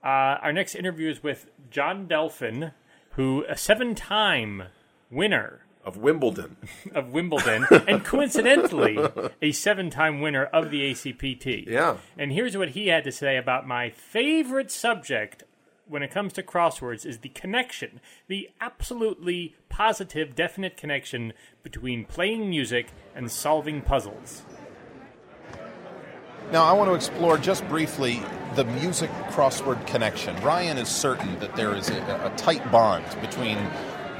Speaker 1: Uh, our next interview is with John Delphin, who a seven time winner
Speaker 2: Of Wimbledon,
Speaker 1: of Wimbledon, and coincidentally, a seven time winner of the ACPT.
Speaker 2: Yeah.
Speaker 1: And here's what he had to say about my favorite subject when it comes to crosswords is the connection, the absolutely positive, definite connection between playing music and solving puzzles.
Speaker 3: Now, I want to explore just briefly the music crossword connection. Ryan is certain that there is a, a tight bond between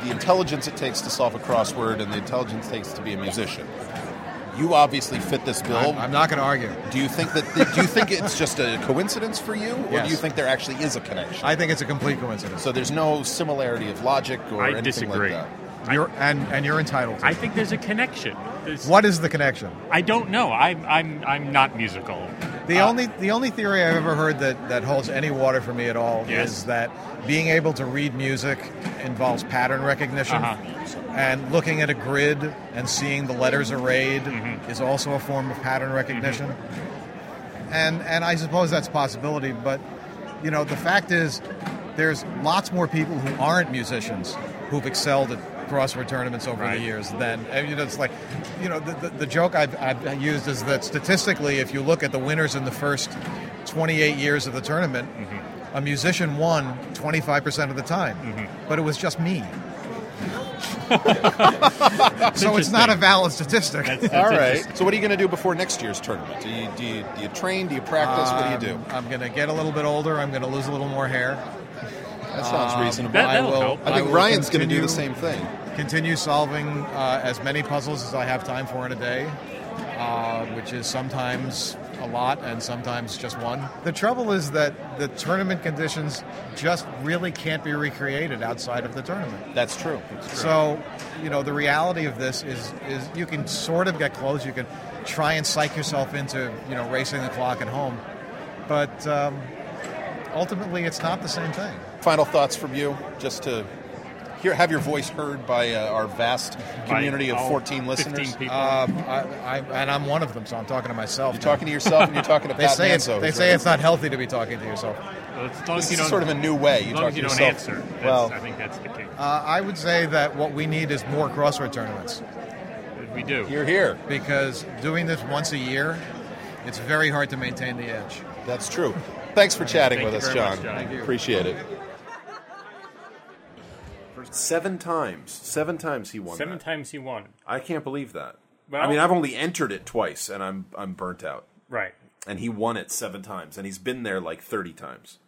Speaker 3: the intelligence it takes to solve a crossword and the intelligence it takes to be a musician. You obviously fit this bill.
Speaker 9: I'm not going to argue.
Speaker 3: do you think that do you think it's just a coincidence for you, or
Speaker 9: Yes.
Speaker 3: do you think there actually is a connection?
Speaker 9: I think it's a complete coincidence.
Speaker 3: so there's no similarity of logic or
Speaker 1: I
Speaker 3: anything
Speaker 1: disagree.
Speaker 3: like that.
Speaker 9: You're, and and you're entitled. To
Speaker 1: I
Speaker 9: it.
Speaker 1: think there's a connection. There's-
Speaker 9: What is the connection?
Speaker 1: I don't know. I'm I'm I'm not musical.
Speaker 9: The
Speaker 2: Uh,
Speaker 9: only the only theory I've ever heard that, that holds any water for me at all
Speaker 1: Yes.
Speaker 9: is that being able to read music involves pattern recognition,
Speaker 2: Uh-huh.
Speaker 9: and looking at a grid and seeing the letters arrayed
Speaker 2: Mm-hmm.
Speaker 9: is also a form of pattern recognition.
Speaker 2: Mm-hmm.
Speaker 9: And and I suppose that's a possibility, but you know the fact is there's lots more people who aren't musicians who've excelled at crossword tournaments over
Speaker 1: Right.
Speaker 9: the years than and, you know it's like you know the, the, the joke I've, I've used is that statistically if you look at the winners in the first 28 years of the tournament
Speaker 10: Mm-hmm.
Speaker 9: a musician won 25% of the time but it was just me so it's not a valid statistic
Speaker 3: All right. So what are you going to do before next year's tournament? Do you do you, do you train? Do you practice? what do you do?
Speaker 9: Um, I'm going to get a little bit older. I'm going to lose a little more hair. Um,
Speaker 3: That sounds reasonable.
Speaker 1: that-
Speaker 9: I
Speaker 1: that'll
Speaker 9: will.
Speaker 1: help.
Speaker 3: I think
Speaker 9: will
Speaker 3: Ryan's going to do
Speaker 9: continue-
Speaker 3: the same thing.
Speaker 9: Continue solving uh, as many puzzles as I have time for in a day, uh, which is sometimes a lot and sometimes just one. The trouble is that the tournament conditions just really can't be recreated outside of the tournament.
Speaker 3: That's true.
Speaker 9: So, you know, the reality of this is is you can sort of get close. You can try and psych yourself into you know racing the clock at home, but um, ultimately it's not the same thing.
Speaker 3: Final thoughts from you, just to hear, have your voice heard by uh, our vast community
Speaker 1: By
Speaker 3: of
Speaker 1: all
Speaker 3: 14
Speaker 1: 15
Speaker 3: listeners. Uh,
Speaker 1: people.
Speaker 9: Um, I, I, and I'm one of them, so I'm talking to myself.
Speaker 3: You're talking to yourself and you're talking to
Speaker 9: they
Speaker 3: Pat
Speaker 9: say it's,
Speaker 3: Manzo,
Speaker 9: they
Speaker 3: who's
Speaker 9: say
Speaker 3: right.
Speaker 9: it's not healthy to be talking to yourself.
Speaker 1: Well, as long
Speaker 3: This
Speaker 1: as you
Speaker 3: is
Speaker 1: don't,
Speaker 3: sort of a new way. You
Speaker 1: as
Speaker 3: talk
Speaker 1: long as
Speaker 3: to
Speaker 1: you don't
Speaker 3: yourself.
Speaker 1: answer. That's,
Speaker 3: well,
Speaker 1: I think that's the key.
Speaker 9: Uh, I would say that what we need is more crossword tournaments
Speaker 1: we do.
Speaker 3: you're here.
Speaker 9: because doing this once a year, it's very hard to maintain the edge.
Speaker 3: That's true. Thanks for chatting
Speaker 1: Thank
Speaker 3: with
Speaker 1: you
Speaker 3: us,
Speaker 1: very much,
Speaker 3: John.
Speaker 1: John. Thank you.
Speaker 3: Appreciate it.
Speaker 2: Seven times. Seven times he won.
Speaker 1: Seven
Speaker 2: that.
Speaker 1: times he won.
Speaker 2: I can't believe that.
Speaker 1: Well-
Speaker 2: I mean, I've only entered it twice, and I'm I'm burnt out.
Speaker 1: Right.
Speaker 2: And he won it seven times, and he's been there like thirty times.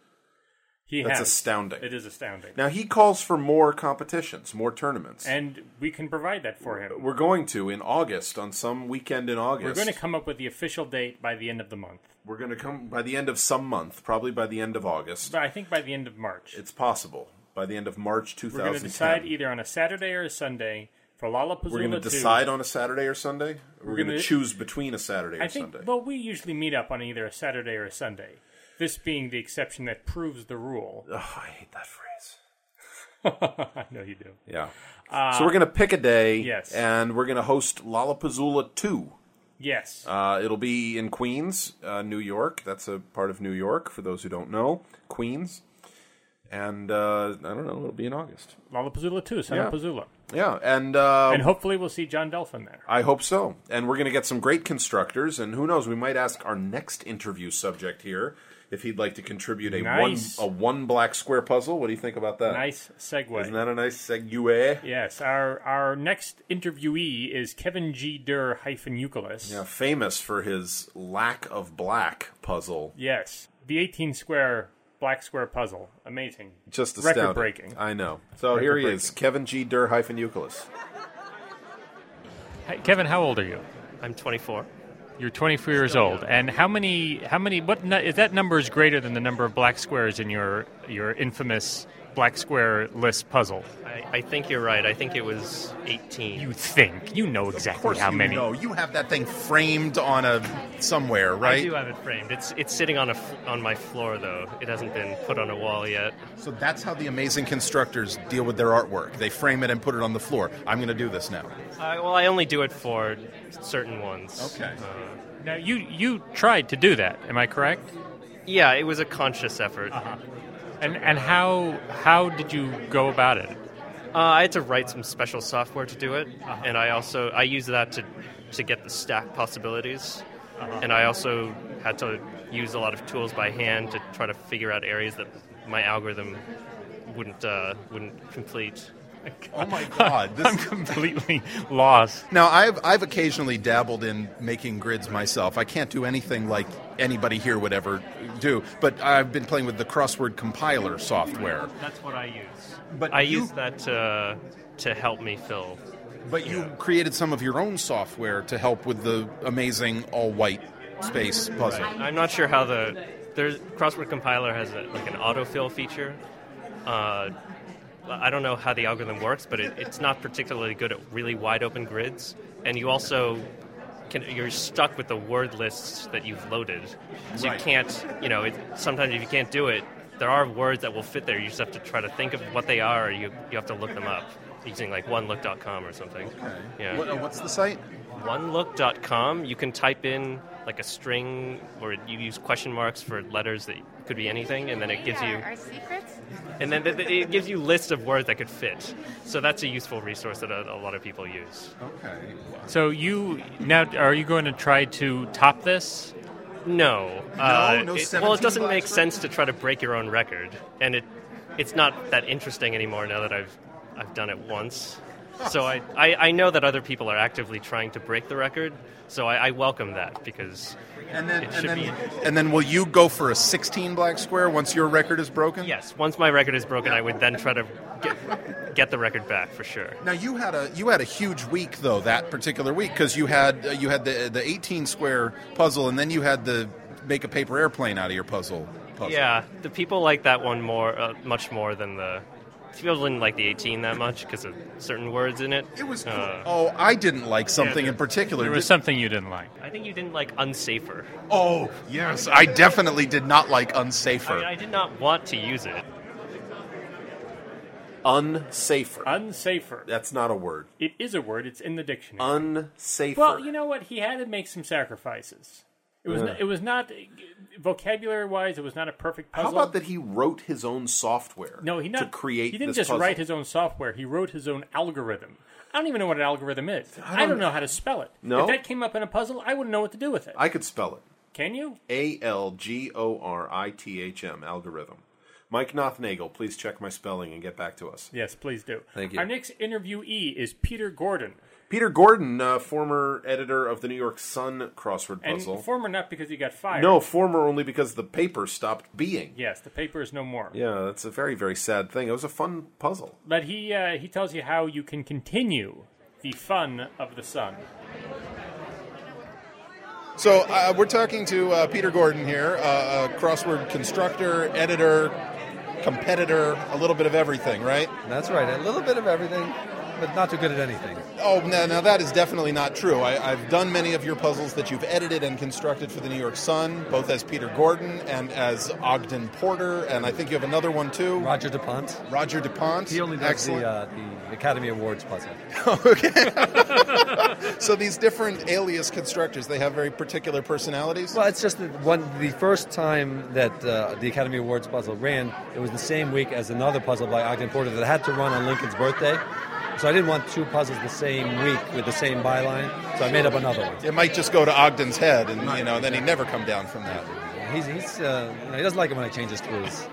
Speaker 1: He
Speaker 2: That's
Speaker 1: has.
Speaker 2: astounding.
Speaker 1: It is astounding.
Speaker 2: Now he calls for more competitions, more tournaments,
Speaker 1: and we can provide that for him.
Speaker 2: we're going to in August on some weekend in August.
Speaker 1: We're going to come up with the official date by the end of the month.
Speaker 2: We're going to come by the end of some month, probably by the end of August.
Speaker 1: But I think by the end of March.
Speaker 2: It's possible by the end of March
Speaker 1: we're
Speaker 2: 2010.
Speaker 1: going to decide either on a Saturday or a Sunday for Lollapalooza.
Speaker 2: We're going to
Speaker 1: 2.
Speaker 2: decide on a Saturday or Sunday. Or we're, going
Speaker 1: gonna-
Speaker 2: to choose between a Saturday
Speaker 1: I
Speaker 2: or
Speaker 1: think,
Speaker 2: Sunday.
Speaker 1: well, we usually meet up on either a Saturday or a Sunday. This being the exception that proves the rule.
Speaker 2: Ugh, I hate that phrase.
Speaker 1: I know you do. Uh,
Speaker 2: Yeah. so we're going to pick a day,
Speaker 1: yes.
Speaker 2: and we're going to host Lollapuzzoola 2.
Speaker 1: Yes.
Speaker 2: Uh, it'll be in Queens, uh, New York. That's a part of New York, for those who don't know. Queens. And uh, I don't know, it'll be in August.
Speaker 1: Lollapalooza 2,
Speaker 2: yeah.
Speaker 1: Lollapalooza.
Speaker 2: Yeah, and, uh,
Speaker 1: And hopefully we'll see John Delphin there.
Speaker 2: I hope so. And we're going to get some great constructors, and who knows, we might ask our next interview subject here if he'd like to contribute a
Speaker 1: Nice.
Speaker 2: one a one black square puzzle. What do you think about that?
Speaker 1: Nice segue.
Speaker 2: Isn't that a nice segue?
Speaker 1: Yes, our our next interviewee is Kevin G. Durr hyphen Euclid.
Speaker 2: Yeah, famous for his lack of black puzzle.
Speaker 1: Yes, the eighteen square black square puzzle, amazing,
Speaker 2: Just astounding.
Speaker 1: record breaking.
Speaker 2: I know. So here he is, Kevin G. Durr hyphen Euclid.
Speaker 7: Hey, Kevin, how old are you?
Speaker 11: I'm 24.
Speaker 1: You're 24 years old, and how many? How many? What nu- if that number is greater than the number of black squares in your your infamous black square list puzzle?
Speaker 7: I, I think you're right. I think it was 18.
Speaker 1: You think you know
Speaker 2: Of
Speaker 1: exactly
Speaker 2: course
Speaker 1: how
Speaker 2: you
Speaker 1: many?
Speaker 2: know. You have that thing framed on a somewhere,
Speaker 7: I do
Speaker 2: right?
Speaker 7: have it framed. It's it's sitting on a f- on my floor though. It hasn't been put on a wall yet.
Speaker 2: So that's how the amazing constructors deal with their artwork. They frame it and put it on the floor. I'm going to do this now.
Speaker 7: I, well, I only do it for certain ones. Uh,
Speaker 2: Okay.
Speaker 1: Now you you tried to do that. Am I correct? Uh-huh.
Speaker 7: Yeah, it was a conscious effort.
Speaker 1: And and how how did you go about it?
Speaker 7: Uh, I had to write some special software to do it,
Speaker 1: Uh-huh.
Speaker 7: and I also I used that to to get the stack possibilities,
Speaker 1: Uh-huh.
Speaker 7: and I also had to use a lot of tools by hand to try to figure out areas that my algorithm wouldn't uh, wouldn't complete.
Speaker 2: Oh my God! This
Speaker 1: I'm completely lost.
Speaker 2: Now, I've, I've occasionally dabbled in making grids myself. I can't do anything like anybody here would ever do, but I've been playing with the crossword compiler software.
Speaker 7: That's what I use.
Speaker 2: But
Speaker 7: I
Speaker 2: you-
Speaker 7: use that to to help me fill.
Speaker 2: But you created some of your own software to help with the amazing all white space puzzle.
Speaker 7: I'm not sure how the there's crossword compiler has a, like an autofill feature. Uh, I don't know how the algorithm works, but it, it's not particularly good at really wide open grids, and you also can, you're stuck with the word lists that you've loaded, so
Speaker 2: Right.
Speaker 7: you can't you know it, sometimes if you can't do it, there are words that will fit there. You just have to try to think of what they are. Or you you have to look them up using like onelook.com or something. Yeah
Speaker 2: What- uh, what's the site?
Speaker 7: onelook.com you can type in like a string or you use question marks for letters that could be anything and then it gives you
Speaker 8: Our secrets?
Speaker 7: and then th- th- it gives you lists of words that could fit so that's a useful resource that a, a lot of people use
Speaker 2: Okay.
Speaker 1: So you now are you going to try to top this?
Speaker 7: no, uh,
Speaker 2: no
Speaker 7: it,
Speaker 2: 17
Speaker 7: well it doesn't make
Speaker 2: bucks, right?
Speaker 7: sense to try to break your own record and it it's not that interesting anymore now that i've i've done it once so I, I, I know that other people are actively trying to break the record so i, I welcome that because
Speaker 2: And then,
Speaker 7: It
Speaker 2: and,
Speaker 7: should
Speaker 2: then,
Speaker 7: be-
Speaker 2: and then will you go for a 16 black square once your record is broken?
Speaker 7: Yes, once my record is broken, I would then try to get, get the record back for sure.
Speaker 2: Now you had a you had a huge week though that particular week because you had uh, you had the the 18 square puzzle and then you had the make a paper airplane out of your puzzle. puzzle.
Speaker 7: Yeah, the people like that one more, uh, much more than the people didn't like the 18 that much because of certain words in it.
Speaker 2: It was cool.
Speaker 7: Uh,
Speaker 2: oh, I didn't like something
Speaker 1: there-
Speaker 2: in particular.
Speaker 1: There was
Speaker 2: Did-
Speaker 1: something you didn't like.
Speaker 7: I think you didn't like unsafer.
Speaker 2: oh, yes, I definitely did not like unsafer.
Speaker 7: I, mean, I did not want to use it.
Speaker 12: Unsafer.
Speaker 1: Unsafer.
Speaker 12: That's not a word.
Speaker 1: It is a word. It's in the dictionary.
Speaker 12: Unsafer.
Speaker 1: Well, you know what? He had to make some sacrifices. It was
Speaker 12: Yeah.
Speaker 1: it was not vocabulary wise. It was not a perfect
Speaker 12: How
Speaker 1: puzzle.
Speaker 12: about that he wrote his own software
Speaker 1: No, he not
Speaker 12: to create
Speaker 1: He didn't
Speaker 12: this
Speaker 1: just
Speaker 12: puzzle?
Speaker 1: write his own software. He wrote his own algorithm. I don't even know what an algorithm is. I don't, know how to spell it.
Speaker 12: No?
Speaker 1: If that came up in a puzzle, I wouldn't know what to do with it.
Speaker 12: I could spell it.
Speaker 1: Can you?
Speaker 12: A L G O R I T H M algorithm. Mike Nothnagel, please check my spelling and get back to us.
Speaker 1: Yes, please do.
Speaker 12: Thank you.
Speaker 1: Our next interviewee is Peter Gordon,
Speaker 12: Peter Gordon, uh, former editor of the New York Sun crossword
Speaker 1: and
Speaker 12: puzzle.
Speaker 1: former not because he got fired.
Speaker 12: no, former only because the paper stopped being.
Speaker 1: Yes, the paper is no more.
Speaker 12: Yeah, that's a very, very sad thing. It was a fun puzzle.
Speaker 1: But he uh, he tells you how you can continue the fun of the sun.
Speaker 2: So uh, we're talking to uh, Peter Gordon here, uh, a crossword constructor, editor, competitor, a little bit of everything, right?
Speaker 10: That's right. A little bit of everything, but not too good at anything.
Speaker 2: Oh, no, now that is definitely not true. I, I've done many of your puzzles that you've edited and constructed for the New York Sun, both as Peter Gordon and as Ogden Porter, and I think you have another one too,
Speaker 10: Roger DuPont.
Speaker 2: Roger DuPont.
Speaker 10: He only does the,
Speaker 2: Excellent.
Speaker 10: uh, the Academy Awards puzzle.
Speaker 2: So these different alias constructors, they have very particular personalities.
Speaker 10: Well, it's just that one. The first time that uh, the Academy Awards puzzle ran, it was the same week as another puzzle by Ogden Porter that had to run on Lincoln's birthday. So I didn't want two puzzles the same week with the same byline. So I made up another one.
Speaker 2: It might just go to Ogden's head, and you know, then he'd never come down from that.
Speaker 10: He's, he's uh, you know, he doesn't like it when I change his clues.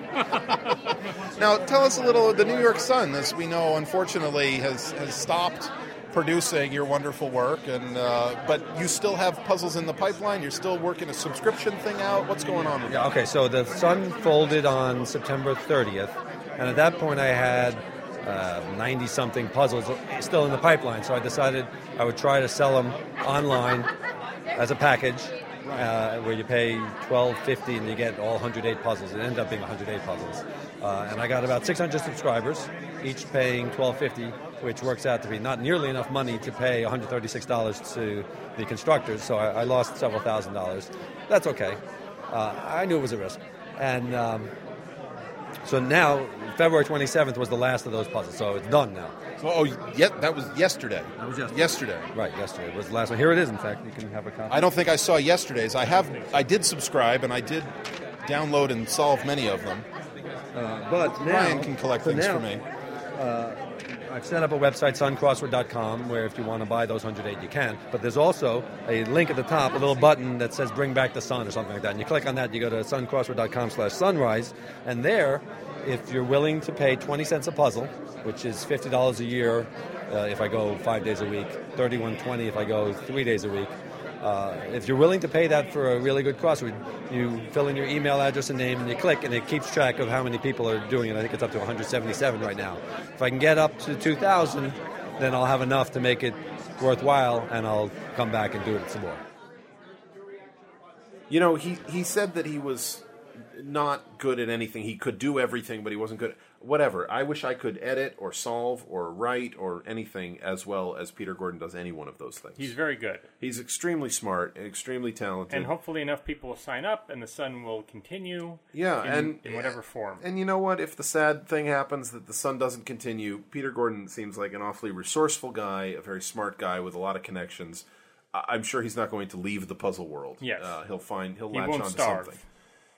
Speaker 2: Now, tell us a little. The New York Sun, as we know, unfortunately, has has stopped producing your wonderful work, and uh, but you still have puzzles in the pipeline. You're still working a subscription thing out. What's going on? With
Speaker 10: Yeah, okay, so the sun folded on September 30th, and at that point I had uh, 90 something puzzles still in the pipeline, so I decided I would try to sell them online as a package, uh, where you pay twelve fifty and you get all 108 puzzles. It ended up being 108 puzzles, uh, and I got about 600 subscribers, each paying 1250, which works out to be not nearly enough money to pay 136 dollars to the constructors. So I, I lost several thousand dollars. That's okay. Uh, I knew it was a risk, and. Um, so now, February 27th was the last of those puzzles, so it's done now.
Speaker 3: So, oh, yet that was yesterday. That
Speaker 10: was yesterday.
Speaker 3: Yesterday.
Speaker 10: Right, yesterday was the last one. Here it is, in fact. You can have a copy.
Speaker 3: I don't think I saw yesterday's. I have. I did subscribe and I did download and solve many of them.
Speaker 2: Uh,
Speaker 10: But now,
Speaker 3: Ryan can collect
Speaker 10: so
Speaker 3: things
Speaker 10: now, uh,
Speaker 3: for me.
Speaker 10: I've set up a website, suncrossword.com, where if you want to buy those 108, you can. But there's also a link at the top, a little button that says Bring Back the Sun or something like that. And you click on that, you go to suncrossword.com slash sunrise. And there, if you're willing to pay 20 cents a puzzle, which is $50 a year uh, if I go five days a week, 31.20 if I go three days a week, uh, if you're willing to pay that for a really good crossword, you fill in your email address and name, and you click, and it keeps track of how many people are doing it. I think it's up to 177 right now. If I can get up to 2,000, then I'll have enough to make it worthwhile, and I'll come back and do it some more.
Speaker 2: You know, he, he said that he was not good at anything. He could do everything, but he wasn't good. Whatever. I wish I could edit or solve or write or anything as well as Peter Gordon does any one of those things.
Speaker 1: He's very good.
Speaker 2: He's extremely smart and extremely talented.
Speaker 1: And hopefully enough people will sign up and the sun will continue
Speaker 2: yeah,
Speaker 1: in,
Speaker 2: and
Speaker 1: in whatever form.
Speaker 2: And you know what? If the sad thing happens that the sun doesn't continue, Peter Gordon seems like an awfully resourceful guy, a very smart guy with a lot of connections. I- I'm sure he's not going to leave the puzzle world.
Speaker 1: Yes.
Speaker 2: uh, he'll find he'll
Speaker 1: He
Speaker 2: latch
Speaker 1: won't
Speaker 2: on
Speaker 1: starve.
Speaker 2: to something.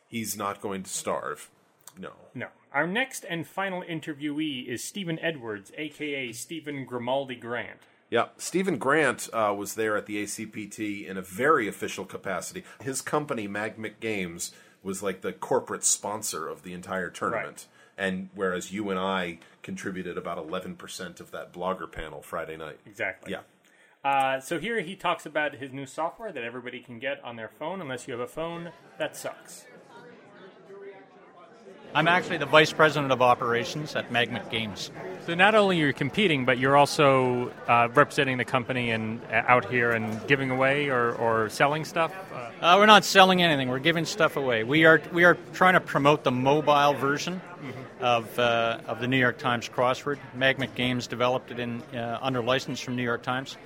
Speaker 2: He's not going to starve. No.
Speaker 1: No. Our next and final interviewee is Stephen Edwards, aka Stephen Grimaldi Grant.
Speaker 2: Yeah, Stephen Grant uh, was there at the ACPT in a very official capacity. His company, Magmic Games, was like the corporate sponsor of the entire tournament. And whereas you and I contributed about 11% of that blogger panel Friday night.
Speaker 1: Exactly.
Speaker 2: Yeah.
Speaker 1: Uh, so here he talks about his new software that everybody can get on their phone, unless you have a phone. That sucks.
Speaker 11: I'm actually the vice president of operations at Magnet Games.
Speaker 1: So not only you're competing, but you're also uh, representing the company and uh, out here and giving away or, or selling stuff. Uh,
Speaker 11: Uh, we're not selling anything. We're giving stuff away. We are we are trying to promote the mobile version
Speaker 1: Hmm.
Speaker 2: Mm-hmm.
Speaker 11: of uh, of the New York Times crossword. Magnet Games developed it in uh, under license from New York Times.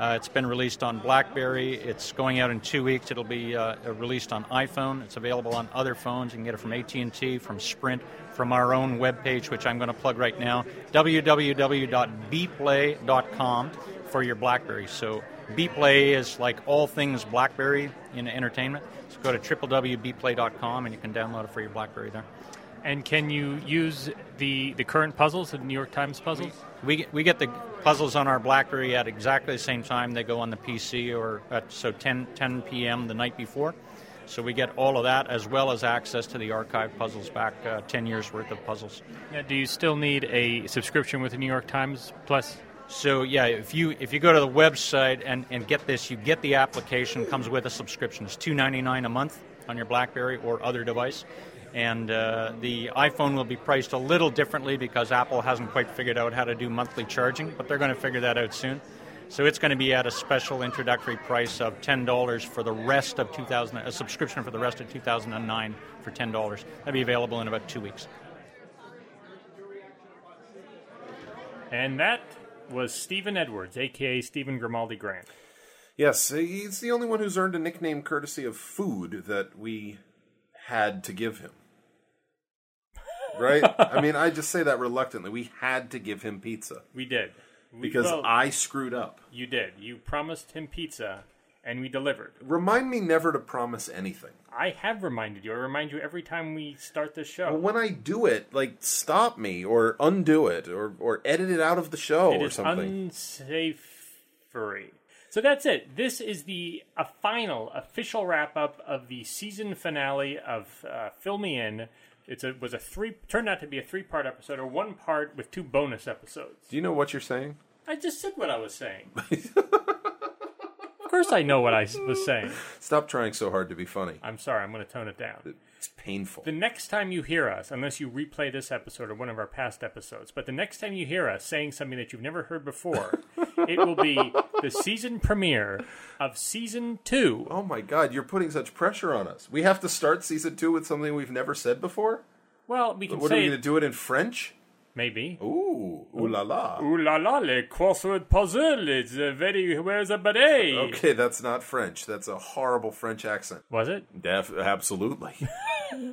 Speaker 11: Uh, it's been released on BlackBerry. It's going out in two weeks. It'll be uh, uh, released on iPhone. It's available on other phones. You can get it from AT and T, from Sprint, from our own webpage, which I'm going to plug right now: www.bplay.com for your BlackBerry. So Bplay is like all things BlackBerry in entertainment. So go to www.bplay.com and you can download it for your BlackBerry there.
Speaker 13: And can you use the the current puzzles, the New York Times puzzles?
Speaker 11: We get, we get the puzzles on our BlackBerry at exactly the same time they go on the PC or at so 10, 10 p.m. the night before. So we get all of that as well as access to the archived puzzles back uh, 10 years worth of puzzles.
Speaker 13: Now, do you still need a subscription with the New York Times Plus?
Speaker 11: So yeah, if you if you go to the website and, and get this, you get the application comes with a subscription. It's two ninety nine a month on your BlackBerry or other device, and uh, the iPhone will be priced a little differently because Apple hasn't quite figured out how to do monthly charging, but they're going to figure that out soon. So it's going to be at a special introductory price of ten dollars for the rest of two thousand a subscription for the rest of two thousand and nine for ten dollars. That'll be available in about two weeks.
Speaker 1: and that was Stephen Edwards, aka Stephen Grimaldi Grant.
Speaker 2: Yes, he's the only one who's earned a nickname courtesy of food that we had to give him. Right? I mean, I just say that reluctantly. We had to give him pizza
Speaker 1: We did we,
Speaker 2: because
Speaker 1: well,
Speaker 2: I screwed up.
Speaker 1: you did. You promised him pizza, and we delivered.
Speaker 2: Remind me never to promise anything.
Speaker 1: I have reminded you. I remind you every time we start this show.
Speaker 2: Well, when I do it, like stop me or undo it or or edit it out of the show
Speaker 1: It
Speaker 2: Oh, or
Speaker 1: is
Speaker 2: something.
Speaker 1: unsafe-free. So that's it. This is the a final official wrap up of the season finale of uh, Fill Me In. It's a was a three turned out to be a three part episode or one part with two bonus episodes.
Speaker 2: do you know what you're saying?
Speaker 1: I just said what I was saying. of course, I know what I s- was saying.
Speaker 2: Stop trying so hard to be funny.
Speaker 1: I'm sorry. I'm going to tone it down.
Speaker 2: It's painful.
Speaker 1: The next time you hear us, unless you replay this episode or one of our past episodes, but the next time you hear us saying something that you've never heard before, it will be the season premiere of season two.
Speaker 2: Oh my god, you're putting such pressure on us. We have to start season two with something we've never said before?
Speaker 1: Well, we can
Speaker 2: What are we
Speaker 1: say
Speaker 2: going to do it in French?
Speaker 1: maybe.
Speaker 2: Ooh, ooh la la.
Speaker 1: Ooh la la, le crossword puzzle. It's a very where's a bidet?
Speaker 2: Okay, that's not French. That's a horrible French accent.
Speaker 1: Was it?
Speaker 2: Def- absolutely.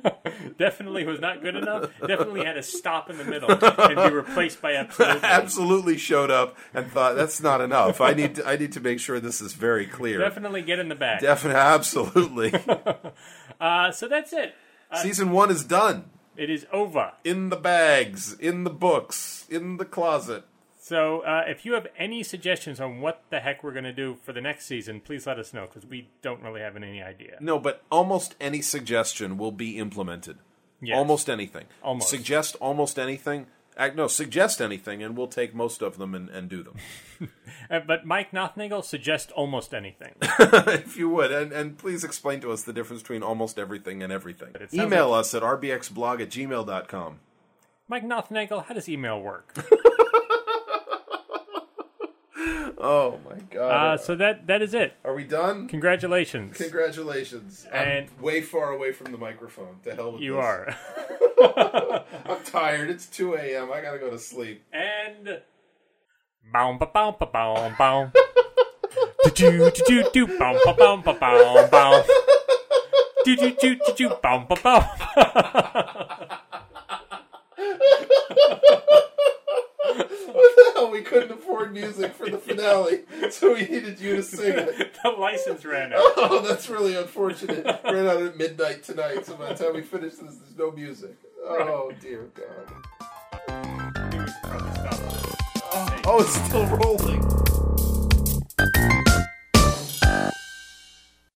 Speaker 1: Definitely was not good enough. Definitely had to stop in the middle and be replaced by absolutely.
Speaker 2: absolutely showed up and thought that's not enough. I need to, I need to make sure this is very clear.
Speaker 1: Definitely get in the back.
Speaker 2: Defin- absolutely.
Speaker 1: uh, so that's it. Uh,
Speaker 2: Season one is done.
Speaker 1: It is over.
Speaker 2: In the bags, in the books, in the closet.
Speaker 1: So uh, if you have any suggestions on what the heck we're going to do for the next season, please let us know because we don't really have any idea.
Speaker 2: No, but almost any suggestion will be implemented.
Speaker 1: Yes.
Speaker 2: Almost anything.
Speaker 1: Almost.
Speaker 2: Suggest almost anything. Ac- No, suggest anything, and we'll take most of them and, and do them.
Speaker 1: Uh, but Mike Nothnagel suggests almost anything.
Speaker 2: if you would, and, and please explain to us the difference between almost everything and everything.
Speaker 1: It sounds
Speaker 2: Email us at rbxblog at gmail.com.
Speaker 1: Mike Nothnagel, how does email work?
Speaker 2: Oh, my God.
Speaker 1: Uh, so that that is it.
Speaker 2: Are we done?
Speaker 1: Congratulations.
Speaker 2: Congratulations.
Speaker 1: And-
Speaker 2: I'm way far away from the microphone. To hell with
Speaker 1: you
Speaker 2: this.
Speaker 1: are.
Speaker 2: I'm tired. It's 2 a.m. I gotta go to sleep.
Speaker 1: and bow ba bow ba bow bow. Do do do do do bow ba bow ba bow bow. Do do do do do bow ba bow.
Speaker 2: Oh, we couldn't afford music for the finale, so we needed you to sing it.
Speaker 1: The license ran out.
Speaker 2: Oh, that's really unfortunate. Ran out at midnight tonight, so by the time we finish this, there's no music. Oh, dear God.
Speaker 1: Probably stopped.
Speaker 2: Oh, it's still rolling.